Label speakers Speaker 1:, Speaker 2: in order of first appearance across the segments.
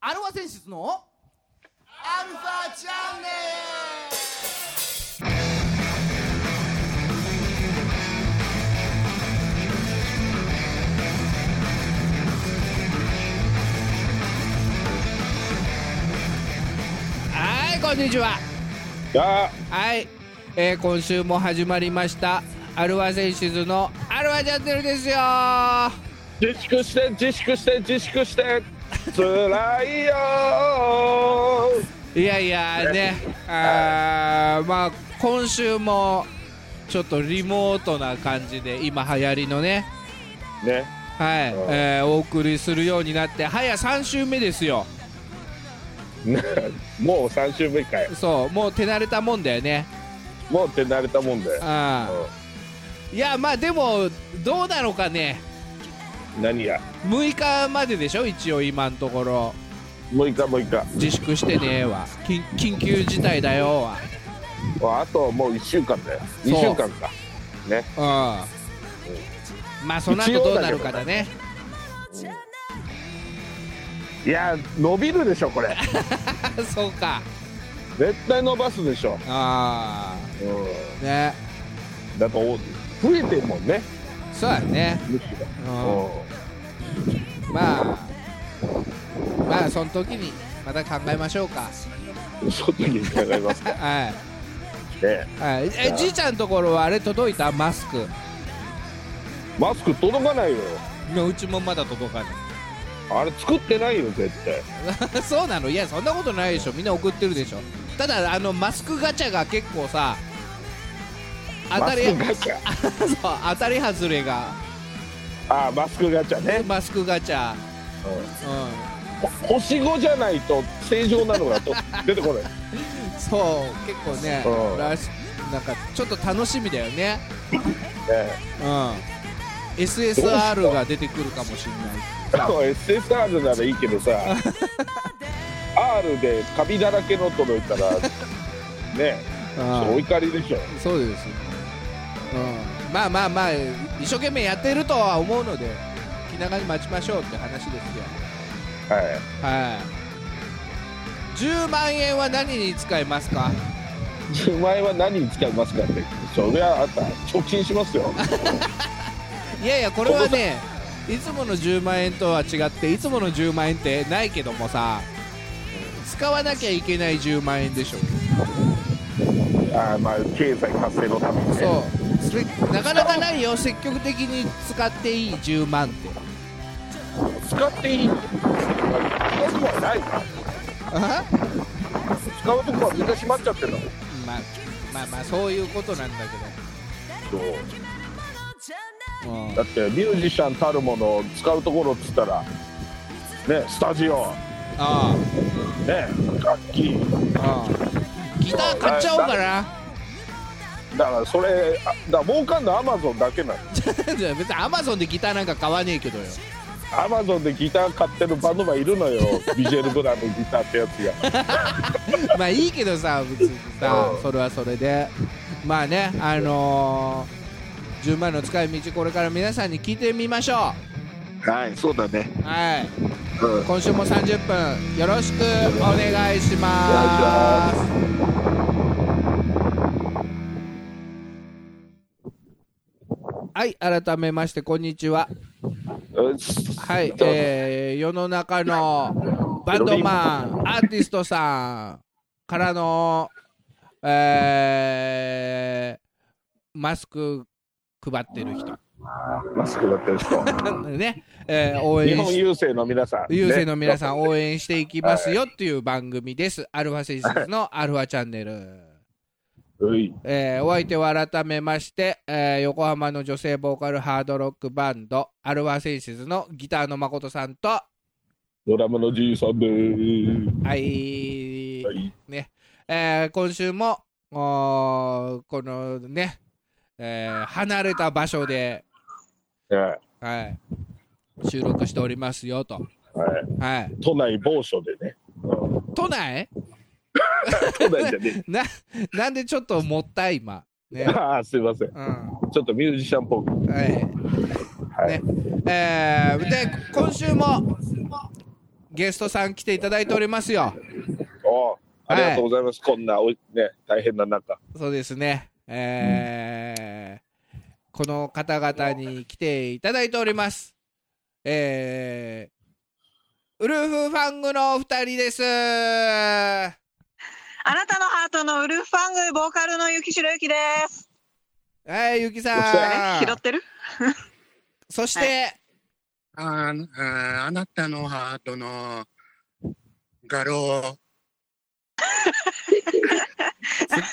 Speaker 1: アルファ選出のアルファチャンネ
Speaker 2: はいこんにちは
Speaker 3: や
Speaker 2: はい、えー今週も始まりましたアルワ選手ズのアルワチャンネルですよは
Speaker 3: ー自粛して自粛して自粛して辛いよー
Speaker 2: いやいやねあーまあ今週もちょっとリモートな感じで今流行りのね
Speaker 3: ね
Speaker 2: はい、
Speaker 3: うん
Speaker 2: えーお送りするようになって早3週目ですよ
Speaker 3: なもう3週目かよ
Speaker 2: そうもう手慣れたもんだよね
Speaker 3: もう手慣れたもんで
Speaker 2: あーいやまあでもどうなのかね
Speaker 3: うん何や
Speaker 2: 6日まででしょ一応今のところ
Speaker 3: 6日6日
Speaker 2: 自粛してねーは緊緊急事態だよは
Speaker 3: あともう1週間だよ2週間かね
Speaker 2: うんまあその後どうなるかだね
Speaker 3: いや伸びるでしょこれ
Speaker 2: そうか
Speaker 3: 絶対伸ばすでしょ、
Speaker 2: ああ
Speaker 3: う
Speaker 2: ね
Speaker 3: ん、だとお増えてるもんね
Speaker 2: そうだね
Speaker 3: むしろ
Speaker 2: うんまあまあその時にまた考えましょうか
Speaker 3: うんその時に考えますかね
Speaker 2: はいはいえじいちゃんのところはあれ届いたマスク
Speaker 3: マスク届かないよ
Speaker 2: いやうちもまだ届かな
Speaker 3: あれ作ってないよ絶対
Speaker 2: い そうなのいやそんなことないでしょみんな送ってるでしょただあのマスクガチャが結構さ当たり
Speaker 3: マスクガチ ャ
Speaker 2: そう当たり外れが
Speaker 3: ああマスクガチャね、
Speaker 2: マスクガチャ、うん、
Speaker 3: ほ星5じゃないと正常なのがと 出てこない
Speaker 2: そう結構ね
Speaker 3: うん
Speaker 2: らしなんかちょっと楽しみだよね
Speaker 3: ね
Speaker 2: うん SSR が出てくるかもしれな
Speaker 3: SSR ならいいけ どさ R でカビだらけの届いたらね
Speaker 2: い、うん
Speaker 3: お怒りでしょ
Speaker 2: そうですよ、うん、まあまあまあ一生懸命やってるとは思うので気長に待ちましょうって話ですよ
Speaker 3: はい
Speaker 2: はい10万円は何に使いますか
Speaker 3: 10万円は何に使いますかってそりゃあんた貯金しますよ
Speaker 2: いやいやこれはねいつもの10万円とは違っていつもの10万円ってないけどもさ使わなきゃいけない10万円でしょ
Speaker 3: ああまあ経済活性のためにね
Speaker 2: そうそれなかなかないよ積極的に使っていい10万って
Speaker 3: 使っていい使うとこはないから
Speaker 2: あ
Speaker 3: 使うとこはみんな閉まっちゃってるの
Speaker 2: まあまあまあそういうことなんだ
Speaker 3: そう
Speaker 2: けど、うん
Speaker 3: だってミュージシャンたるものを使うところっつったらねスタジオ
Speaker 2: あ
Speaker 3: ね楽器
Speaker 2: あああギター買っちゃおうかな
Speaker 3: だからそれあだから儲かんのアマゾンだけなの
Speaker 2: じゃあ別にアマゾンでギターなんか買わねえけどよ
Speaker 3: アマゾンでギター買ってるバンドマンいるの よビジェル・ブラのギターってやつが
Speaker 2: まあいいけどさ別にさ
Speaker 3: うん
Speaker 2: それはそれでまあねあのー、10万の使い道これから皆さんに聞いてみましょ
Speaker 3: はいそうだね
Speaker 2: うはい
Speaker 3: うん
Speaker 2: 今週も30分よろしくお願いしますはい改めましてこんにちは
Speaker 3: うん
Speaker 2: はい、えー世の中のバンドマン、アーティストさんからの、えーマスク配ってる人、
Speaker 3: マスクだってる人
Speaker 2: ね、えー応
Speaker 3: 日
Speaker 2: 援
Speaker 3: 本
Speaker 2: し、
Speaker 3: 郵政の皆さん
Speaker 2: 優勢の皆さ
Speaker 3: ね
Speaker 2: ん応援していきますよっていう番組です。アルファ選手のアルファチャンネル。
Speaker 3: うい
Speaker 2: えーお相手は改めまして、えー横浜の女性ボーカルハードロックバンド、アルファセンシズのギターの誠さんと、は
Speaker 3: ドラムのじいさんでー
Speaker 2: い
Speaker 3: す、、はい、
Speaker 2: ね、えー今週もおーこのね、えー離れた場所で、
Speaker 3: は
Speaker 2: はい、収録しておりますよと、
Speaker 3: いはい
Speaker 2: はい、
Speaker 3: 都内某所でね、うん
Speaker 2: 都内
Speaker 3: 都内じゃね
Speaker 2: ななんでちょっともったい今、 ね
Speaker 3: えああすいません
Speaker 2: うんは
Speaker 3: ちょっとミュージシャンっぽく
Speaker 2: い
Speaker 3: はい、
Speaker 2: ねえーで今週もゲストさん来ていただいておりますよ
Speaker 3: おありがとうございます、こんなおいね大変な中
Speaker 2: そうですねえーこの方々に来ていただいておりますえー、ウルフファングのお二人です
Speaker 4: あなたのハートのウルフファングボーカルのゆきしろゆきです。
Speaker 2: はいゆき
Speaker 4: え
Speaker 2: さん
Speaker 4: 拾ってる？
Speaker 2: そして、
Speaker 5: あああなたのハートの画廊、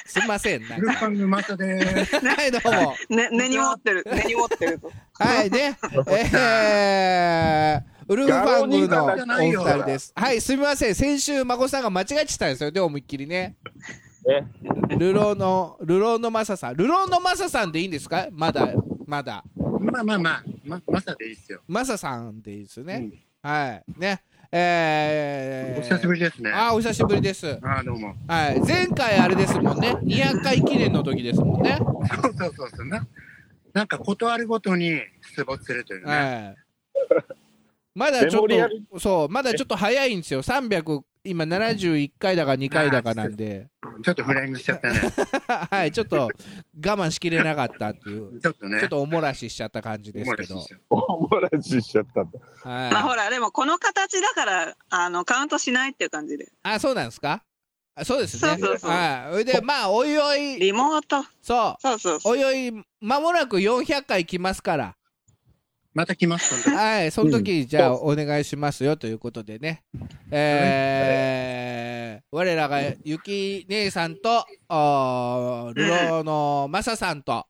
Speaker 2: すすんませんな
Speaker 5: ル パングマサ です。
Speaker 2: はいどうも
Speaker 4: ね根に持ってる。 根に持ってると。
Speaker 2: はいね、えー、ウルフファングのお二人です。はい、すみません、先週孫さんが間違えてたんですよね、思いっきりね。
Speaker 3: ね
Speaker 2: ルローの、ルローのマサさん、ルローのマサさんでいいんですか、まだ、まだ、
Speaker 5: まあまあまあ、ま、マサでいいっすよ。
Speaker 2: マサさんでいいですね。はい、ね、えー、
Speaker 5: お久しぶりですね。あ
Speaker 2: あー、お久しぶりです。
Speaker 5: あ、どうも。
Speaker 2: はい、前回あれですもんね、200回記念の時ですもんね。
Speaker 5: そうそうそうそう。ななんか断るごとに出没するというね。
Speaker 2: はい。まだちょっ
Speaker 3: メモリアル
Speaker 2: と、そう、まだちょっと早いんですよ。300、今71回だか2回だかなんで、
Speaker 5: ちょっとフライングしちゃったね。
Speaker 2: はい、ちょっと我慢しきれなかったっていう、
Speaker 5: ちょっとね。
Speaker 2: ちょっとおもらししちゃった感じですけど。
Speaker 3: お漏らししちゃったんだ
Speaker 4: まあほ
Speaker 2: はい。
Speaker 4: らでもこの形だからあのカウントしないっていう感じで。
Speaker 2: あ、そうなんですかあそうですね。
Speaker 4: そうそうそう
Speaker 2: はい。それで、まあ、おいおい、
Speaker 4: リモート。
Speaker 2: そ
Speaker 4: そうそう
Speaker 2: う、
Speaker 4: そう。
Speaker 2: おいおい、まもなく400回来ますから、
Speaker 5: また来ます、今度
Speaker 2: はい、その時、じゃあ、お願いしますよということでね。えー、我らが、ゆき姉さんと、あールローのマサさんと、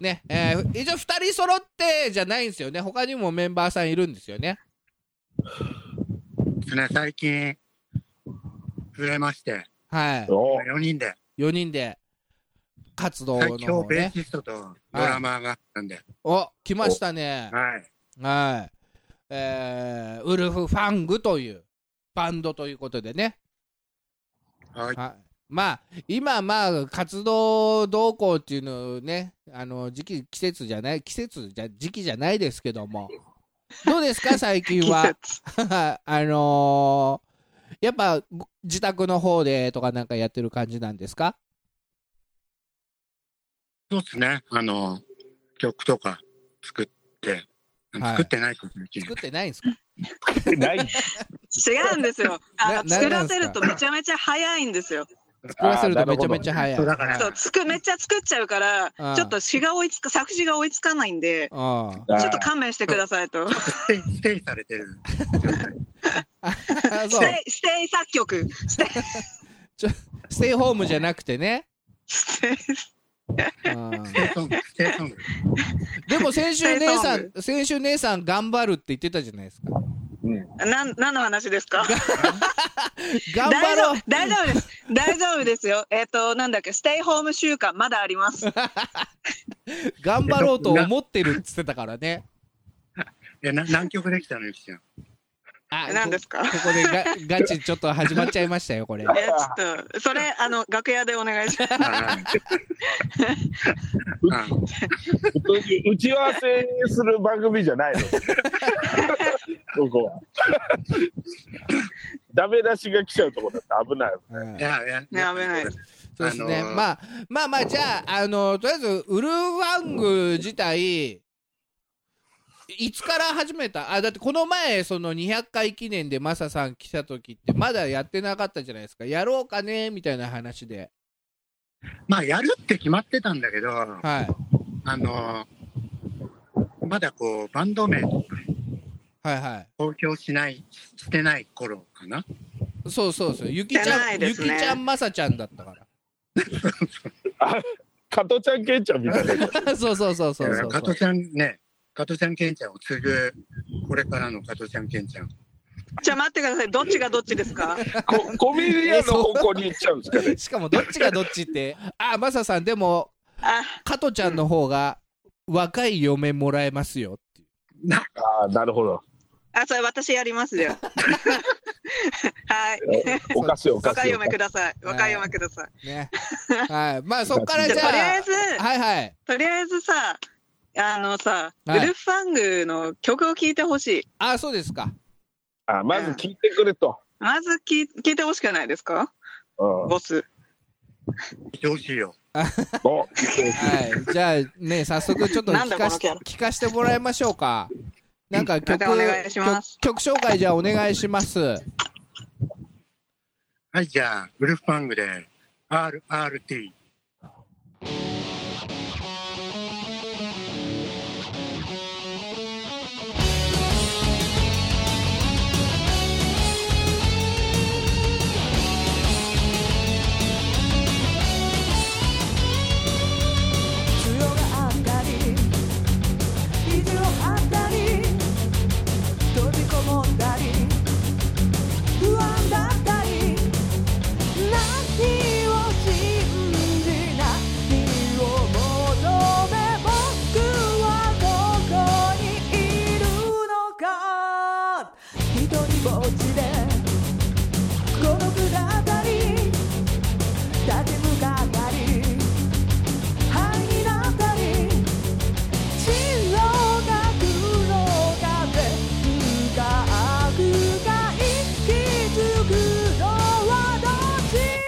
Speaker 2: ね、えー、一応二人揃ってじゃないんですよね。他にもメンバーさんいるんですよね。
Speaker 5: ですね。最近、増えまして、
Speaker 2: はい。
Speaker 3: お
Speaker 5: 4人で。
Speaker 2: 四人で、活動
Speaker 5: 最
Speaker 2: の
Speaker 5: 強
Speaker 2: 方
Speaker 5: ベー
Speaker 2: ね。
Speaker 5: シストとドラマーがあったんで。
Speaker 2: お、来ましたね。
Speaker 5: はい。
Speaker 2: はい。えー、ウルフファングというバンドということでね。
Speaker 5: はい。
Speaker 2: はい、まあ今まあ活動動向っていうのねあの時期季節じゃない季節じゃ時期じゃないですけど もどうですか最近
Speaker 4: 季
Speaker 2: は
Speaker 4: 節。
Speaker 2: あのーやっぱご自宅の方でとかなんかやってる感じなんですか
Speaker 5: そうですね。あの、曲とか作って、
Speaker 2: はい
Speaker 5: 作ってないかもしれ
Speaker 2: 作
Speaker 5: ない。
Speaker 2: ってないんで すか
Speaker 3: ない
Speaker 4: 違うんですよ。あの
Speaker 2: な
Speaker 4: 作らせるとめちゃめちゃ早いんですよ。
Speaker 2: 作らせるとめちゃめちゃ早い
Speaker 5: そうだから、
Speaker 4: そうつくめっちゃ作っちゃうから
Speaker 2: うん
Speaker 4: ちょっと詩が追いつか作詞が追いつかないんで。
Speaker 2: あ
Speaker 3: あー
Speaker 4: ちょっと勘弁してください と。
Speaker 5: ステイステイされてる。
Speaker 2: あ
Speaker 4: ス
Speaker 2: そう
Speaker 4: テイ、ステイ作曲。ステイ、
Speaker 2: ステイホームじゃなくてね、
Speaker 4: ステイ
Speaker 2: うん
Speaker 5: ステイソング、ステイソング。
Speaker 2: でも先週
Speaker 4: ステイ
Speaker 2: 姉
Speaker 4: ホ
Speaker 2: さ
Speaker 4: ー
Speaker 2: ん
Speaker 4: ム
Speaker 2: 先週姉さん頑張るって言ってたじゃないですか
Speaker 3: うん
Speaker 4: なん、何の話ですか
Speaker 2: 頑張ろう
Speaker 4: 大丈夫大丈夫です。大丈夫ですよ。 えっ、と、なんだっけ、ステイホーム週間、まだあります。
Speaker 2: 頑張ろうと思ってるっつってたからね。
Speaker 5: え、な何曲できたのゆきちゃん。
Speaker 2: あ
Speaker 4: 何ですか
Speaker 2: こここで ガガチちょっと始まっちゃいましたよ、これ。
Speaker 4: え、ちょっと、それ、あの、楽屋でお願い します。
Speaker 5: あああ
Speaker 3: 普通に打ち合わせする番組じゃ ないのここは ダメ出しが来ちゃうとこだって危ない
Speaker 2: うん
Speaker 5: いやいや、
Speaker 4: ね危ない
Speaker 2: そうですね。
Speaker 5: あのー
Speaker 2: まあまあまあ、じゃあ、あのとりあえず、ウルフワング自体、いつから始めたあ、だってこの前、その200回記念でマサさん来た時って、まだやってなかったじゃないですか。やろうかねみたいな話で。
Speaker 5: まあ、やるって決まってたんだけど、
Speaker 2: はい。
Speaker 5: あの、まだこう、バンド名
Speaker 2: はいは
Speaker 5: 公表しない、してない頃かな。
Speaker 2: い。そうそうそう。ゆきち
Speaker 4: じゃ
Speaker 2: ゃ、
Speaker 4: なんいで
Speaker 2: ゆ
Speaker 4: す
Speaker 2: き
Speaker 4: ね
Speaker 2: ちゃん、マサちゃんだったから。
Speaker 3: 加トちゃんケンちゃんみたい な
Speaker 2: そうそうそうそうそうそ
Speaker 5: 加
Speaker 2: う
Speaker 5: ト。ちゃんね、加トちゃんケンちゃんを継ぐ、これからの加トちゃんケンちゃん。
Speaker 4: じゃあ待ってください。どっちがどっちですか
Speaker 3: ココメディアンの方向に行っちゃうんですかね
Speaker 2: しかもどっちがどっちってあマサさんでも
Speaker 4: あ、
Speaker 2: 加トちゃんの方が若い嫁もらえますよってい
Speaker 3: ああなるほど
Speaker 4: あ、それ私やりますよ。はい。
Speaker 3: おかしいおか
Speaker 4: 若
Speaker 3: し
Speaker 4: い
Speaker 3: い
Speaker 4: 嫁ください。若い嫁くださ
Speaker 2: う ねはいまあそっから
Speaker 4: い。
Speaker 2: じ
Speaker 4: じ
Speaker 2: ゃ
Speaker 4: ゃ
Speaker 2: あ
Speaker 4: あ、とりあえず、
Speaker 2: はいはい
Speaker 4: とりあえずさ、あのさ、
Speaker 2: はい
Speaker 4: ウルフファングの曲を聴いてほしい。
Speaker 2: あそうですか
Speaker 3: あまず聞いてくれと、
Speaker 4: まず聞い聞いてほしくないですか
Speaker 3: うん、
Speaker 4: ボス。
Speaker 5: どうしよ
Speaker 3: お
Speaker 2: はい、じゃあね、早速ちょっと
Speaker 4: なんだ
Speaker 2: 聞かし
Speaker 4: このキャラ
Speaker 2: 聞かしてもらいましょうか。なんか曲、
Speaker 4: またお願いします
Speaker 2: 曲曲紹介じゃあお願いします。
Speaker 5: う。はい、じゃあ、ウルフパングで RRT。
Speaker 6: 必要があったり必要あったり閉じこもったり不安だったり何を信じ何を求め僕はここにいるのか一人ぼっちで孤独だったり立ち向かったり灰になったり白が黒が全が悪が息づくのはどちら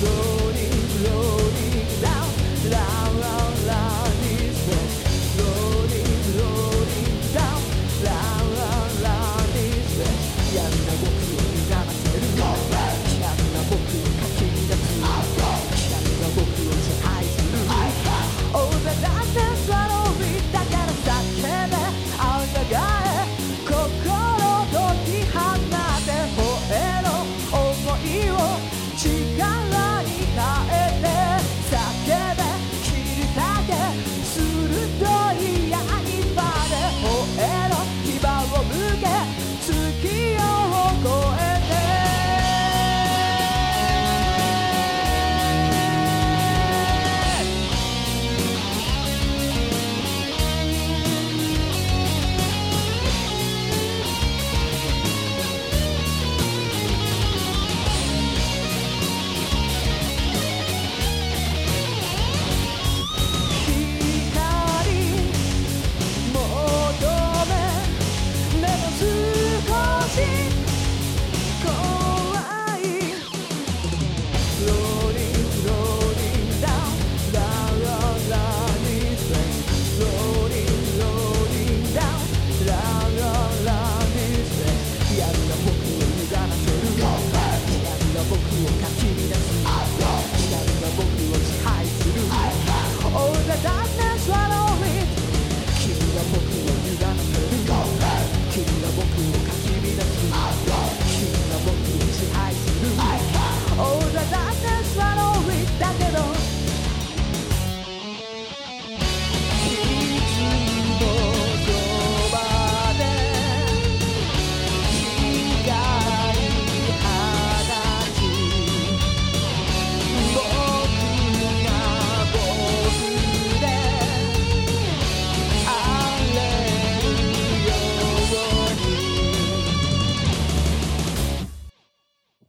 Speaker 6: Rolling, rolling down, round, round, round this way. Rolling, rolling down, round, round, round this way. 嫌な僕を苛ませるの嫌な僕をかき出す嫌な僕を支配する Oh, the darkness, swallowing だから叫べあんがえ心解き放て吠えろ想いを力に変えて叫べ切り裂け鋭い刃で吠えろ牙を向け月を越えて光求めでも少し怖い Rolling, rolling down, down, down, down this way Rolling, rolling down, down, down, down this way 嫌な僕を歪ませる嫌な僕をかき乱す嫌な僕を支配する Oh, the darkness swallow it 君は僕を歪ませる君は僕をかき乱す君は僕を支配する Oh, the darkness swallow it だけどいつもそばで光放ち僕が僕であれるよう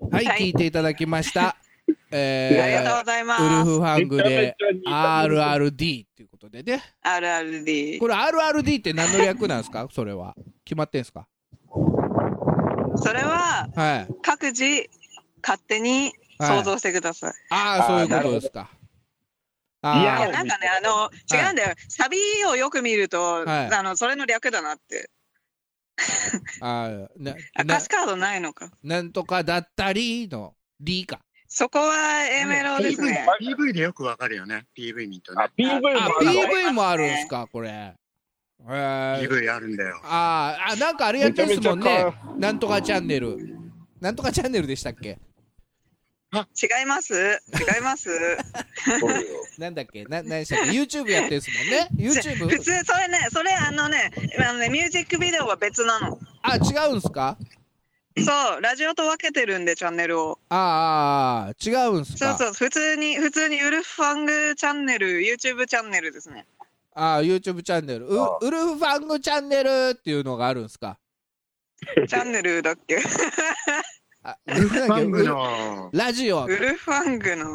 Speaker 6: に
Speaker 2: はい、
Speaker 4: はい
Speaker 2: 聞いていただきま した。え
Speaker 4: ありがとうございます
Speaker 2: ウルフハングで
Speaker 3: めちゃめちゃ
Speaker 2: RRD っていうことでね。
Speaker 4: RRD
Speaker 2: こ。れ RRD って何の略なんですかそれは。決まってんすか
Speaker 4: それは
Speaker 2: はい。
Speaker 4: 各自勝手に想像してください。
Speaker 2: ああ、そういうことですか。あ
Speaker 3: い
Speaker 4: い
Speaker 3: や
Speaker 4: やなんかねあの
Speaker 2: い
Speaker 4: 違うんだよ、サビをよく見ると、
Speaker 2: はい
Speaker 4: あのそれの略だなって
Speaker 2: ーあーな
Speaker 4: あ
Speaker 2: な
Speaker 4: 歌詞カードないのか
Speaker 2: なんとかだったりの、リか。
Speaker 4: そこは A メロですね
Speaker 5: PV でよくわかるよね。PV 見るとね
Speaker 3: あ。PV も
Speaker 2: あ、
Speaker 3: あるの
Speaker 2: PV もあるんすか、これ。えー、
Speaker 5: PV あるんだよ。
Speaker 2: あーあ、なんかあれやってるっすもん
Speaker 3: めちゃ
Speaker 2: ね
Speaker 3: めち。
Speaker 2: なんとかチャンネル。なんとかチャンネルでしたっけ
Speaker 4: 違います違 います
Speaker 3: そうよ
Speaker 2: なんだっけな、何でしたっけ ?YouTube やってるっすもんね。
Speaker 4: 普
Speaker 2: YouTube?
Speaker 4: 通それねそれあのねあのねミュージックビデオは別なの
Speaker 2: あ、違うんすか
Speaker 4: そうラジオと分けてるんでチャンネルを
Speaker 2: あーあー、違うんす
Speaker 4: そう
Speaker 2: か
Speaker 4: そう普通に普通にウルフファングチャンネル YouTube チャンネル ですね
Speaker 2: ああ、YouTube チャンネル。う
Speaker 3: あ
Speaker 2: ウルフファングチャンネルっていうのがあるんすか
Speaker 4: チャンネルだっけ
Speaker 2: あ、
Speaker 5: ウルフパング
Speaker 2: ウル
Speaker 5: の
Speaker 2: ラジオ
Speaker 4: ウ。ルフファングの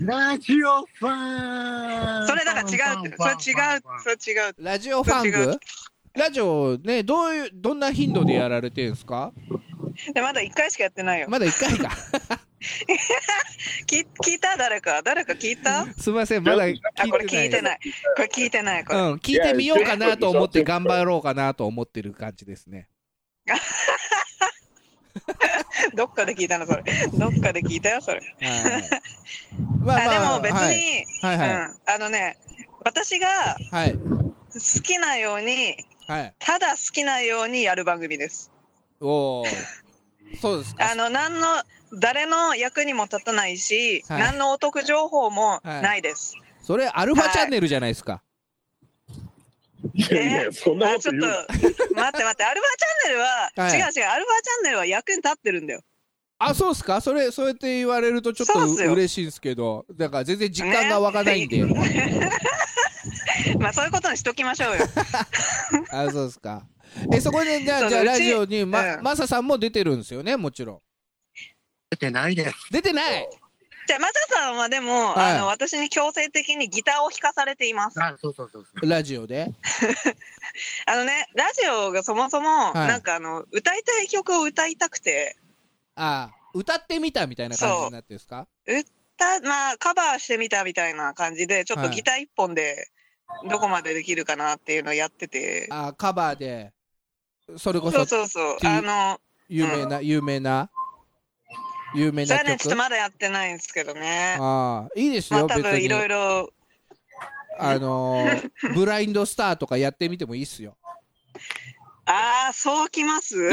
Speaker 5: ラジオファン
Speaker 4: それだから違うってそれ違うそれ違う
Speaker 2: ラジオファン
Speaker 4: 違
Speaker 2: グ
Speaker 4: う
Speaker 2: ラジオね、どういう、どんな頻度でやられてるんですか
Speaker 4: でまだ1回しかやってないよ。
Speaker 2: まだ1回 か。
Speaker 4: 聞聞いた誰か誰か聞いた
Speaker 2: すみません、まだ聞いて
Speaker 4: あ、これ聞い
Speaker 2: な
Speaker 4: て
Speaker 2: い。
Speaker 4: ない。これ聞いてない。こ
Speaker 2: う
Speaker 4: れ。
Speaker 2: ん、聞いてみようかなと思って頑張ろうかなと思ってる感じですね。
Speaker 4: どっかで聞いたのそれ。どっかで聞いたよ、それ。
Speaker 2: はい。ま
Speaker 4: あ、でも別
Speaker 2: はい
Speaker 4: に、
Speaker 2: はいはい
Speaker 4: うん。あのね、私が
Speaker 2: はい
Speaker 4: 好きなように、
Speaker 2: はい。
Speaker 4: ただ好きなようにやる番組です。
Speaker 2: おお。そうです
Speaker 4: あ
Speaker 2: か。
Speaker 4: の、何の、誰の役にも立たないし、
Speaker 2: はい
Speaker 4: 何のお得情報もないです。
Speaker 2: それアルファチャンネルじゃないですか。
Speaker 3: いやいやそんな
Speaker 4: あ
Speaker 3: こ
Speaker 4: ち
Speaker 3: と
Speaker 4: ょっ
Speaker 3: 言う
Speaker 4: と、
Speaker 3: な
Speaker 4: 待って待って、アルファチャンネルは、
Speaker 2: はい
Speaker 4: 違う違う、アルファチャンネルは役に立ってるんだよ。
Speaker 2: あ、そうですか。それそうやって言われるとちょっと
Speaker 4: そうっすよ
Speaker 2: 嬉しいんですけど、だから全然実感が湧かないんで。
Speaker 4: まあ、そういうことにしときましょ うよ。
Speaker 2: あ、そうですか。え、そこでじゃ
Speaker 4: そう
Speaker 2: あじゃあ
Speaker 4: うち
Speaker 2: ラジオにま
Speaker 4: うん
Speaker 2: マサさんも出てるんですよね、もちろん。
Speaker 5: 出てないです。
Speaker 2: 出てない。
Speaker 4: じゃあ、マサさんはでも、
Speaker 2: はい
Speaker 4: あの、私に強制的にギターを弾かされています。
Speaker 5: あ、そうそうそうそう。
Speaker 2: ラジオで。
Speaker 4: あのね、ラジオがそもそも、
Speaker 2: い
Speaker 4: なんかあの、歌いたい曲を歌いたくて、
Speaker 2: あ、歌ってみたみたいな感じになってるんですか。
Speaker 4: たまあ、カバーしてみたみたいな感じで、ちょっと
Speaker 2: はい
Speaker 4: ギター一本で、どこまでできるかなっていうのをやってて。
Speaker 2: あ、カバーで。それこそ
Speaker 4: そ
Speaker 2: う
Speaker 4: そうそう。
Speaker 2: T-
Speaker 4: あの、
Speaker 2: 有名な、有名な。有名
Speaker 4: それ
Speaker 2: な
Speaker 4: はね、ちょっ
Speaker 2: 曲
Speaker 4: と。まだやってないんですけどね。
Speaker 2: ああ、いいです
Speaker 4: まあ、
Speaker 2: よ、
Speaker 4: 多
Speaker 2: 別
Speaker 4: 分い
Speaker 2: に。
Speaker 4: ろいろ、
Speaker 2: あのーブラインドスターとかやってみてもいいっすよ。
Speaker 4: ああ、そうきます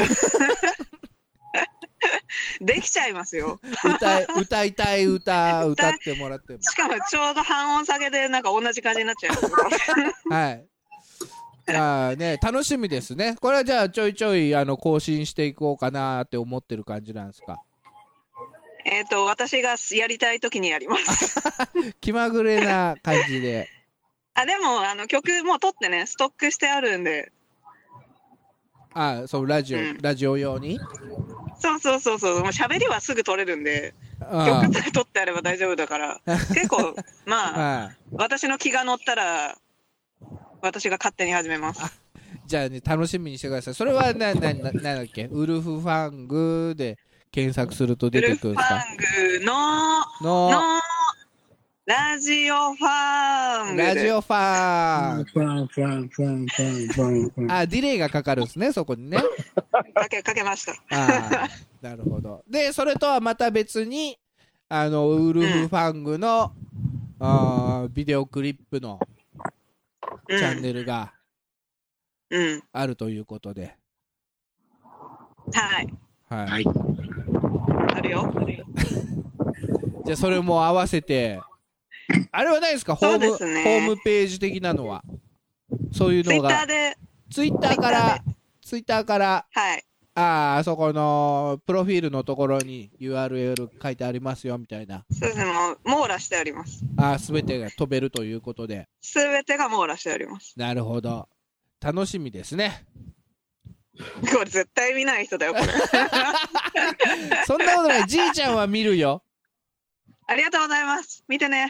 Speaker 4: できちゃいますよ。
Speaker 2: 歌い、歌いたい歌、歌ってもらっても。
Speaker 4: しかもちょうど半音下げでなんか同じ感じになっちゃいます。
Speaker 2: はい。ああね、楽しみですね。これはじゃあちょいちょいあの更新していこうかなって思ってる感じなんですか。
Speaker 4: えっと、私がやりたい時にや ります。
Speaker 2: 気まぐれな感じで。
Speaker 4: あ、でも、あの、曲もう撮ってね、ストックしてあるんで。
Speaker 2: ああそう、ラジオ、
Speaker 4: うん
Speaker 2: ラジオ用に。
Speaker 4: そうそうそうそう。もう喋りはすぐ撮れるんで、
Speaker 2: あ
Speaker 4: 曲さえ撮ってあれば大丈夫 だから。結構、
Speaker 2: あ
Speaker 4: まあ、
Speaker 2: はい
Speaker 4: 私の気が乗ったら、私が勝手に始めます。
Speaker 2: じゃあね、楽しみにしてください。それはな、な、な、なんだっけウルフファングで検索すると
Speaker 4: ウ
Speaker 2: 出
Speaker 4: ル
Speaker 2: てくる
Speaker 4: フフ
Speaker 2: んですか
Speaker 4: ァングの、
Speaker 2: の、
Speaker 4: の、ラジオファングで。
Speaker 2: ラジオファン
Speaker 5: ファンファンファンファンファンファン。
Speaker 2: あ、ディレイがかかるんですね、そこにね。
Speaker 4: かけ、かけました。
Speaker 2: あーなるほど。で、それとはまた別に、あの、ウルフファングの、あービデオクリップの
Speaker 4: う
Speaker 2: チャン
Speaker 4: ん。
Speaker 2: ネルが
Speaker 4: うん。
Speaker 2: あるということで。
Speaker 4: はい。
Speaker 2: は。
Speaker 5: はいい。
Speaker 4: あるよ。あるよ
Speaker 2: じゃあ、それも合わせて、あれはないですかホーム、
Speaker 4: そうですね
Speaker 2: ホームページ的なのは。そういう
Speaker 4: ツイ
Speaker 2: の
Speaker 4: ッター
Speaker 2: が、
Speaker 4: で、
Speaker 2: ツイッターから、ツイッターから、
Speaker 4: はい。
Speaker 2: あーあそこの、プロフィールのところに URL 書いてありますよ、みたいな。
Speaker 4: そうですね、もう網羅してあります。
Speaker 2: あーすべてが飛べるということで。
Speaker 4: すべてが網羅してあります。
Speaker 2: なるほど。楽しみですね。
Speaker 4: これ絶対見ない人だよ、これ。
Speaker 2: そんなことない。じいちゃんは見るよ。
Speaker 4: ありがとうございます。見てね。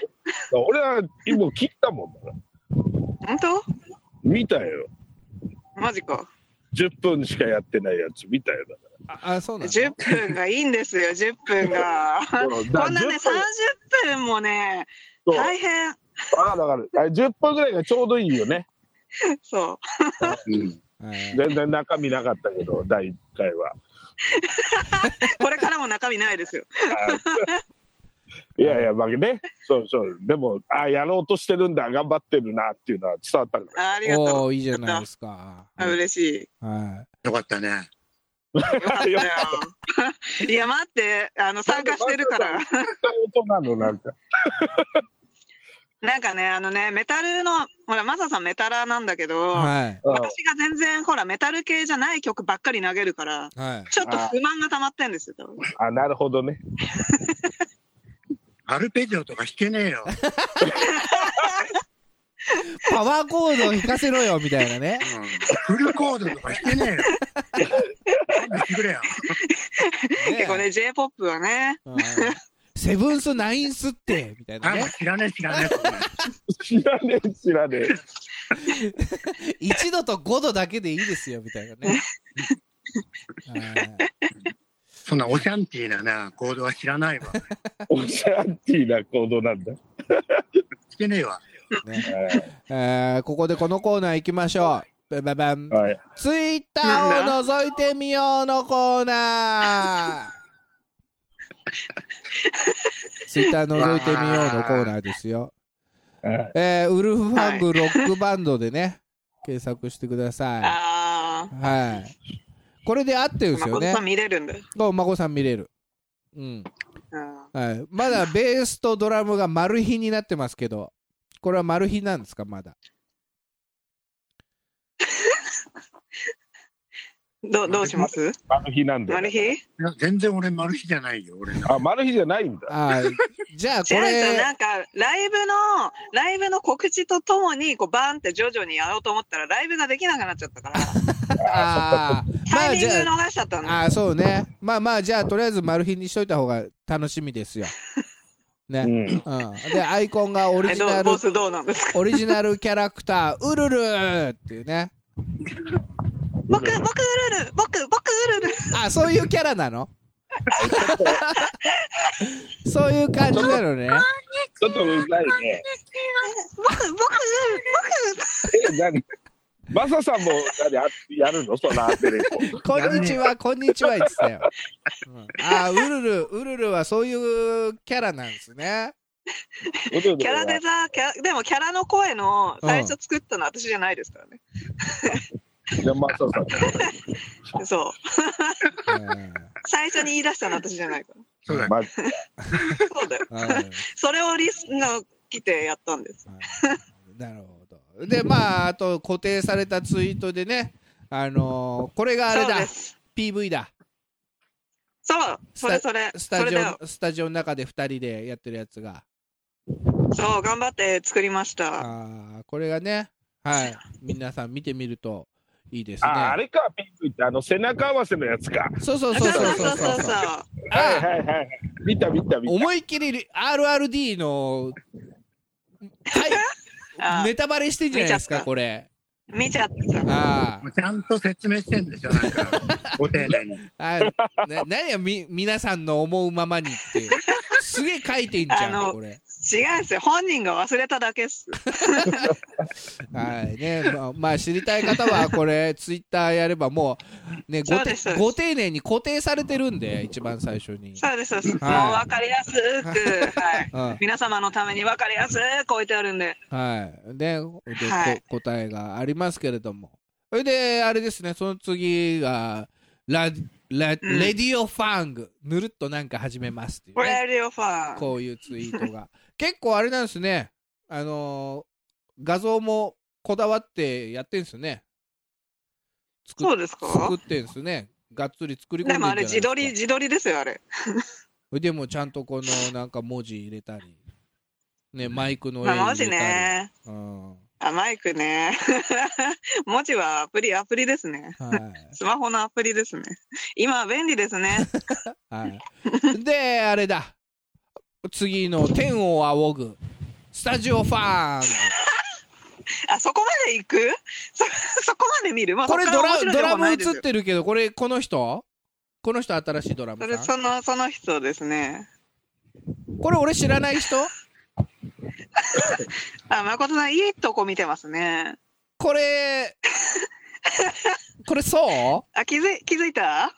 Speaker 3: 俺は今切ったもんだな
Speaker 4: 本当
Speaker 3: 見たよ
Speaker 4: マジか。
Speaker 3: 10分しかやってないやつ見たよだか
Speaker 2: あ、あそうなの
Speaker 4: 10分がいいんですよ、10分が。
Speaker 3: ら
Speaker 4: こんなね、
Speaker 3: 10分
Speaker 4: 30分もね、
Speaker 3: そう
Speaker 4: 大変。
Speaker 3: あだからあ10分ぐらいがちょうどいいよね
Speaker 4: そう。
Speaker 5: うん。
Speaker 2: はい
Speaker 3: 全然中身なかったけど第1回は
Speaker 4: これからも中身ないですよ。
Speaker 3: いやいやまあねそうそうでもあやろうとしてるんだ頑張ってるなっていうのは伝わったから
Speaker 4: あありがとう。
Speaker 2: おー、いいじゃないですか。
Speaker 4: あ嬉し
Speaker 2: は
Speaker 5: よかったね。
Speaker 4: い。よかったよ。 いや、待って、あの、参加してるから。
Speaker 3: 音なのなんか
Speaker 4: なんかね、あのね、メタルの、ほら、マサさんメタラーなんだけ
Speaker 2: い。
Speaker 4: ど、
Speaker 2: はい。
Speaker 4: 私が全然ほらメタル系じゃない曲ばっかり投げるから
Speaker 2: はい。
Speaker 4: ちょっと不満が溜まってんですよ多分
Speaker 3: あなるほどね
Speaker 5: アルペジオとか弾けねえよ。
Speaker 2: パワーコードを弾かせろよ、みたいなね。
Speaker 5: うん、フルコードとか弾けねえよ。 勘弁してくれよ。
Speaker 4: 結構ね J−POP はね
Speaker 2: うんセブンス、ナインスって、みたいな
Speaker 5: あ
Speaker 2: ね。
Speaker 5: 知らねえ知らねえ。
Speaker 3: 知らねえ知らねえ
Speaker 2: 1度と5度だけでいいですよ、みたいな ね。はい
Speaker 5: そんなオシャンティーなな行動は知らないわ。
Speaker 3: オシャンティーな行動なんだ。
Speaker 5: してねえわ。
Speaker 2: えーここでこのコーナー行きましょう。バババン。
Speaker 3: はい。
Speaker 2: ツイッターを覗いてみようのコーナー。ツイッター覗いてみようのコーナーですよ。
Speaker 3: はい。
Speaker 2: えーウルフファングロックバンドでね、検索してくださ
Speaker 4: あ
Speaker 2: い。はい。これで合ってるん
Speaker 4: あ、
Speaker 2: ですよ
Speaker 4: 誠
Speaker 2: ね
Speaker 4: さ。ん見れるんだ。
Speaker 2: お孫さん見れる。うん。
Speaker 4: うん
Speaker 2: はい。まだベースとドラムがマルヒになってますけど、これはマルヒなんですか、まだ。
Speaker 4: どどうします
Speaker 3: マルヒなんだよ。
Speaker 4: マルヒ違う
Speaker 5: いや全然俺マルヒじゃないよ。俺な。
Speaker 3: あ、マルヒじゃないんだ。
Speaker 2: あーじゃあこ
Speaker 4: と
Speaker 2: れ、
Speaker 4: なんかライブのライブの告知とともにこうバーンって徐々にやろうと思ったらライブができなくなっちゃった から
Speaker 2: ああ、ま
Speaker 4: タ
Speaker 2: あ
Speaker 4: イミ
Speaker 2: じ
Speaker 4: ング
Speaker 2: ゃ
Speaker 4: 逃しちゃったの
Speaker 2: あ、あーそうね。まあまあ、じゃあ、とりあえずマルヒにしといた方が楽しみですよ。
Speaker 3: う
Speaker 2: ね。
Speaker 3: ん。
Speaker 2: うん。で、アイコンがオリ
Speaker 4: え
Speaker 2: ジ
Speaker 4: ど
Speaker 2: ナル
Speaker 4: う ボ、スどうなんですか
Speaker 2: オリジナルキャラクター、ウルルーっていうね。
Speaker 4: 僕僕ウルル僕僕ウルル
Speaker 2: あ、そういうキャラなのそういう感じなのね。
Speaker 3: ちょっとうざいね。
Speaker 4: 僕僕ウル
Speaker 3: え、
Speaker 4: ル
Speaker 3: 何マサさんも何あやるのそのアテレコ。
Speaker 2: こんにちは、こんにちは、言ってたよ。うん、あー、ウルル、ウルルはそういうキャラなんですね。
Speaker 4: 僕キャラデザーキャラでもキャラの声の最初作ったのは私じゃないですからね、
Speaker 3: じゃあマサさん。
Speaker 4: そう
Speaker 2: うん
Speaker 4: 最初に言い出したのは私じゃないから
Speaker 5: そうだね。
Speaker 3: ま
Speaker 4: そうだよ
Speaker 2: うん
Speaker 4: それをリスが来てやったんです
Speaker 2: はいなるほど。で、まあ、あと固定されたツイートでね、あのーこれがあれ
Speaker 4: そう
Speaker 2: だ
Speaker 4: で、す
Speaker 2: PV だ。
Speaker 4: そうそれそれ
Speaker 2: ス
Speaker 4: そ
Speaker 2: タ
Speaker 4: れ
Speaker 2: ジ
Speaker 4: だよ
Speaker 2: オ、スタジオの中で2人でやってるやつが。
Speaker 4: そう頑張って作りました
Speaker 2: あーこれがね、はい、皆さん見てみるといいですね。
Speaker 3: あ、あれか、ピンクって、あの、背中合わせのやつか。
Speaker 2: そうそうそ
Speaker 4: そうう
Speaker 2: そう
Speaker 4: そ
Speaker 2: そううそう
Speaker 4: そうそう
Speaker 3: はい
Speaker 2: あー
Speaker 3: はいはい。見た見た見た。
Speaker 2: 思いっきり RRD の、は
Speaker 4: あ
Speaker 2: い、ネタバレしてんじゃないです
Speaker 4: 見
Speaker 2: か、
Speaker 4: ちゃった
Speaker 2: これ。
Speaker 4: 見ちゃった
Speaker 2: あ
Speaker 5: もうちゃんと説明してんでしょ。 なんかご丁寧に。
Speaker 2: あ、はいな何やみ、皆さんの思うままにって。すげえ書いてんじ
Speaker 4: あ
Speaker 2: ゃん、
Speaker 4: の
Speaker 2: これ。
Speaker 4: 違うんですよ本人が忘れただけっす
Speaker 2: はいね、まあ、まあ知りたい方はこれツイッターやればもうねご
Speaker 4: そう
Speaker 2: て
Speaker 4: ですそうです
Speaker 2: ご丁寧に固定されてるんで一番最初に、
Speaker 4: そうですそうです、
Speaker 2: はい
Speaker 4: もう分かりやすく、はい、
Speaker 2: うんは
Speaker 4: 皆様のために分かりやすく置いてあるんで
Speaker 2: いねで、
Speaker 4: はい
Speaker 2: こ答えがありますけれどもそれであれですねその次がララ、
Speaker 4: うん
Speaker 2: レディオファングぬるっとなんか始めますってい
Speaker 4: こ
Speaker 2: う、
Speaker 4: れ
Speaker 2: ね、
Speaker 4: レディオファン
Speaker 2: こういうツイートが 結構あれなんですねあのー画像もこだわってやってんですよね作っ
Speaker 4: そうですか
Speaker 2: 作ってんすね。がっつり作り込んで
Speaker 4: で
Speaker 2: んじ
Speaker 4: も
Speaker 2: ゃ
Speaker 4: あ
Speaker 2: ない
Speaker 4: れ
Speaker 2: ですか
Speaker 4: 自撮り自撮りですよあれ
Speaker 2: でもちゃんとこのなんか文字入れたり、ね、マイクの絵
Speaker 4: まあ
Speaker 2: 入れた
Speaker 4: 文字
Speaker 2: り、
Speaker 4: ね
Speaker 2: うんは
Speaker 4: あマイクね 文字はアプリアプリですねスマホのアプリですね今は便利ですね
Speaker 2: い、はい、であれだ次の「天を仰ぐ」スタジオファン
Speaker 4: あそこまで行くそ そこまで見る、まあ、
Speaker 2: これドラ
Speaker 4: そっから面白い
Speaker 2: ド
Speaker 4: と
Speaker 2: ラ
Speaker 4: こ
Speaker 2: ム
Speaker 4: な
Speaker 2: 映
Speaker 4: いですよ
Speaker 2: ってるけどこれこの人この人新しいドラム
Speaker 4: それ
Speaker 2: さん
Speaker 4: そのその人ですね
Speaker 2: これ俺知らない人
Speaker 4: あ誠さんいいとこ見てますね
Speaker 2: これこれそう
Speaker 4: あ気づい気づいた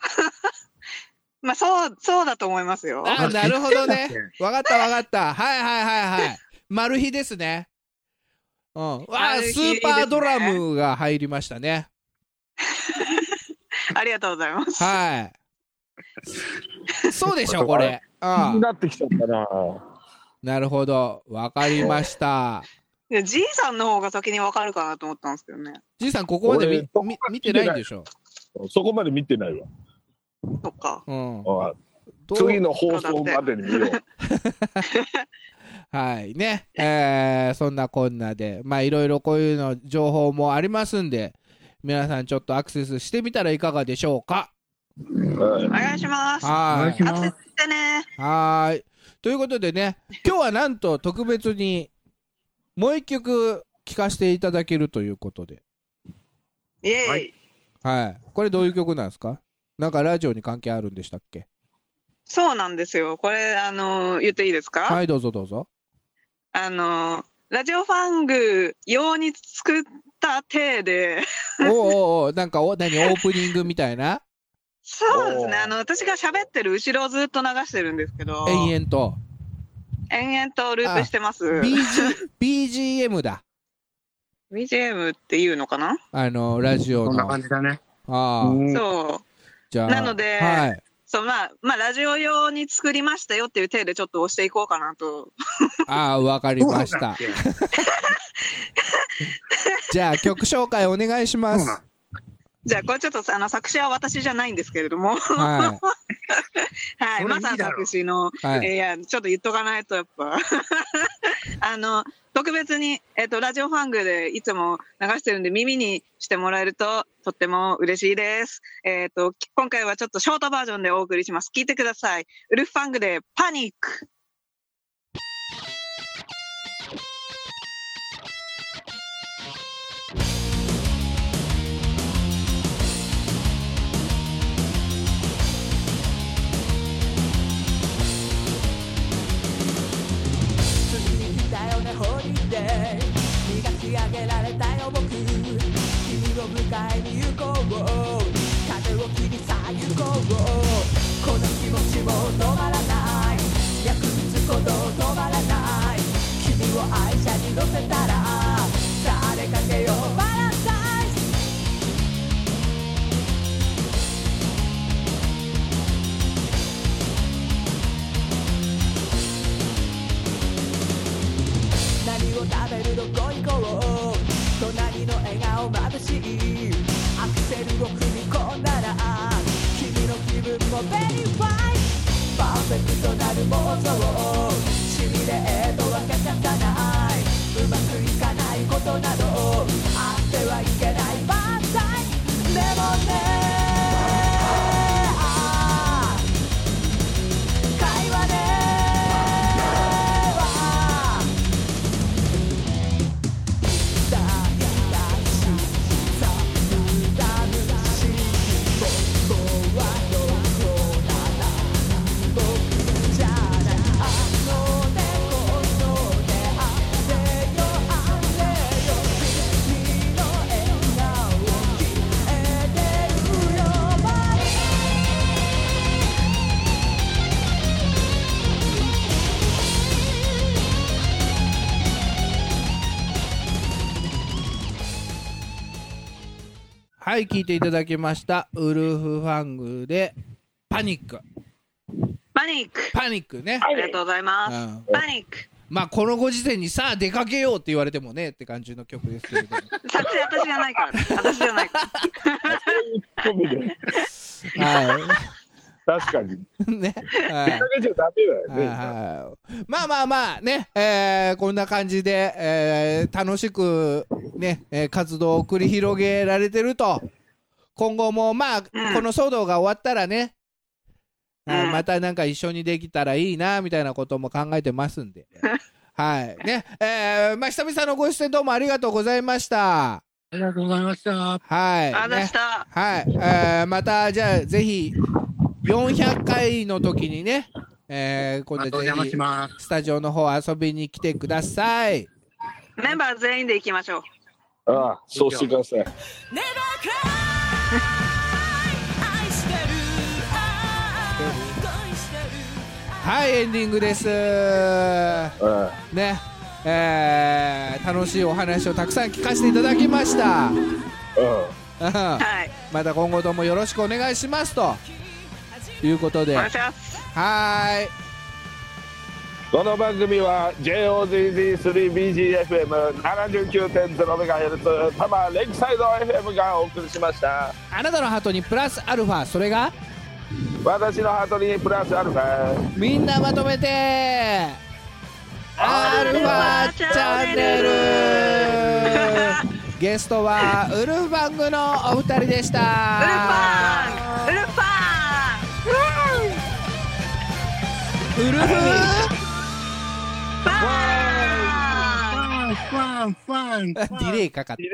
Speaker 4: まあそうそうだと思いますよ
Speaker 2: あなるほど
Speaker 5: だっ
Speaker 2: ね
Speaker 5: て
Speaker 2: わかったわかった。はいはいはいはい。マルヒですね。うん。わあ、
Speaker 4: マルヒ
Speaker 2: スーパードラムが入りましたね。
Speaker 4: ありがとうございます
Speaker 2: はい。そうでしょ、これ。
Speaker 3: 気
Speaker 2: う
Speaker 3: に
Speaker 2: ん。
Speaker 3: なってきちゃったな。
Speaker 2: なるほど。わかりました。
Speaker 4: いやじいさんの方が先にわかるかなと思ったんですけどね
Speaker 2: じいさん、ここまで見
Speaker 3: 俺
Speaker 2: 見見てないんでしょ。
Speaker 3: そこまで見てない
Speaker 4: そっか
Speaker 2: うん。
Speaker 3: わ。
Speaker 2: どう
Speaker 3: 次の放送までに見よう。
Speaker 2: はいね、えーそんなこんなで、まあいろいろこういうの情報もありますんで、皆さんちょっとアクセスしてみたらいかがでしょうか。
Speaker 4: お願いします
Speaker 5: お
Speaker 2: はい
Speaker 5: 願いし。
Speaker 4: ア
Speaker 5: ま
Speaker 4: クセ
Speaker 5: す
Speaker 4: ス。してね
Speaker 2: はーい。ということでね、今日はなんと特別に、もう一曲聞かせていただけるということで。
Speaker 4: イエーイ、
Speaker 5: はい
Speaker 2: はい。これどういう曲なんですかなんかラジオに関係あるんでしたっけ
Speaker 4: そうなんですよ。これ、あの、言っていいですか、
Speaker 2: はい、どうぞどうぞ。
Speaker 4: あの、ラジオファング用に作った体で、
Speaker 2: おうおうおうなんかお、何、オープニングみたいな
Speaker 4: そうで
Speaker 3: お
Speaker 4: すね。
Speaker 3: ー
Speaker 4: あの、私が喋ってる後ろをずっと流してるんですけど、
Speaker 2: 延々と。
Speaker 4: 延々とループしてます。
Speaker 2: BG、BGM だ。
Speaker 4: BGM っていうのかな、
Speaker 2: あの、ラジオ
Speaker 5: こんな
Speaker 2: の。あ
Speaker 5: 感じだね。
Speaker 2: あー、
Speaker 4: そう。
Speaker 2: じゃあ。
Speaker 4: なので
Speaker 2: はい。
Speaker 4: そう、まあ、まあ、ラジオ用に作りましたよっていう体でちょっと押していこうかなと。
Speaker 2: ああ、わかりまし
Speaker 5: そうだ
Speaker 2: た
Speaker 5: っ。け
Speaker 2: じゃあ、曲紹介お願いしま
Speaker 5: そう
Speaker 2: す。
Speaker 5: なん
Speaker 4: じゃあ、これちょっと、あの、作詞は私じゃないんですけれど も、
Speaker 2: は
Speaker 4: はい、
Speaker 5: それい
Speaker 4: ま
Speaker 5: い
Speaker 4: さ
Speaker 5: だろ
Speaker 4: 作詞の、
Speaker 2: い。はい い。
Speaker 4: や、ちょっと言っとかないと、やっぱ。 あの、特別に、えっ、と、ラジオファングでいつも流してるんで、耳にしてもらえると、とっても嬉しいです。えっ、と、き今回はちょっとショートバージョンでお送りします。聞いてください。ウルフファングで、パニック。
Speaker 6: ついに来たよねホリデー磨き上げられたよ僕君を迎えに行こう風を切り裂いこうこの気持ちも止まらない役立つこと止まらない君を愛車に乗せたらさあ出かけようバランサイズ何を食べるどこ行こう隣の笑顔眩しいアクセルを組み込んだら君の気分もベリーファイパーフェクトなる妄想をシミュレートは欠かさないうまくいかないことなどあってはいけない万歳でもね会話では「だやだしさむだむし」「ぼぼはどこだら」「ぼくじゃない」「あのねこのねあれよあれよ」「君の笑顔きえてるよバリ
Speaker 2: はい、聞いていただきました。ウルフファングで、パニック。
Speaker 4: パニック。
Speaker 2: パニックね。
Speaker 4: ありがとうございます。
Speaker 2: うん
Speaker 4: パニック。
Speaker 2: まあ、このご時世にさあ出かけようって言われてもねって感じの曲ですけれども。
Speaker 4: 作詞私じゃないから、ね、私じゃないから。
Speaker 2: は
Speaker 3: 確かに。
Speaker 2: い。 ね。はい
Speaker 3: 出かけちゃダメだよ
Speaker 2: はい
Speaker 3: ね。
Speaker 2: はいまあまあまあね、えーこんな感じで、えー楽しくね、えー活動を繰り広げられてると、今後もまあ、この騒動が終わったらね、はい
Speaker 4: うん
Speaker 2: またなんか一緒にできたらいいな、みたいなことも考えてます んで。はい。ね、えーまあ久々のご出演どうもありがとうございました。
Speaker 5: ありがとうございました。
Speaker 2: はい。
Speaker 4: あ、出
Speaker 2: ね
Speaker 4: した。
Speaker 2: はい、えー、またじゃあぜひ400回の時にね、えー、今
Speaker 5: また
Speaker 2: 度
Speaker 5: お
Speaker 2: ぜ
Speaker 5: 邪魔し
Speaker 2: ひ
Speaker 5: ます。
Speaker 2: スタジオの方遊びに来てください。
Speaker 4: メンバー全員で行きましょう。
Speaker 3: ああ、そうしてください。
Speaker 6: Never cry 愛してるああ恋してる
Speaker 2: はい、エンディングです。
Speaker 3: うん
Speaker 2: ね、えー、楽しいお話をたくさん聞かせていただきました。 うん
Speaker 3: うん。
Speaker 4: はい。
Speaker 2: また今後ともよろしくお願いしますということで、
Speaker 4: お願
Speaker 2: はい
Speaker 4: します。
Speaker 2: ーい。
Speaker 3: この番組は JOZZ3BGFM79.0MHz 多摩レイクサイド FM がお送りしました
Speaker 2: あなたのハートにプラスアルファ、それが
Speaker 3: 私のハートにプラスアルファ
Speaker 2: みんなまとめてアルファチャン ネルゲストはウルフバングのお二人でした
Speaker 4: ウルファンウルファンウル
Speaker 2: ウルフ
Speaker 4: ファン
Speaker 5: わーわーァン、
Speaker 2: デ
Speaker 5: ファン、ファン。
Speaker 2: ィレイかかって。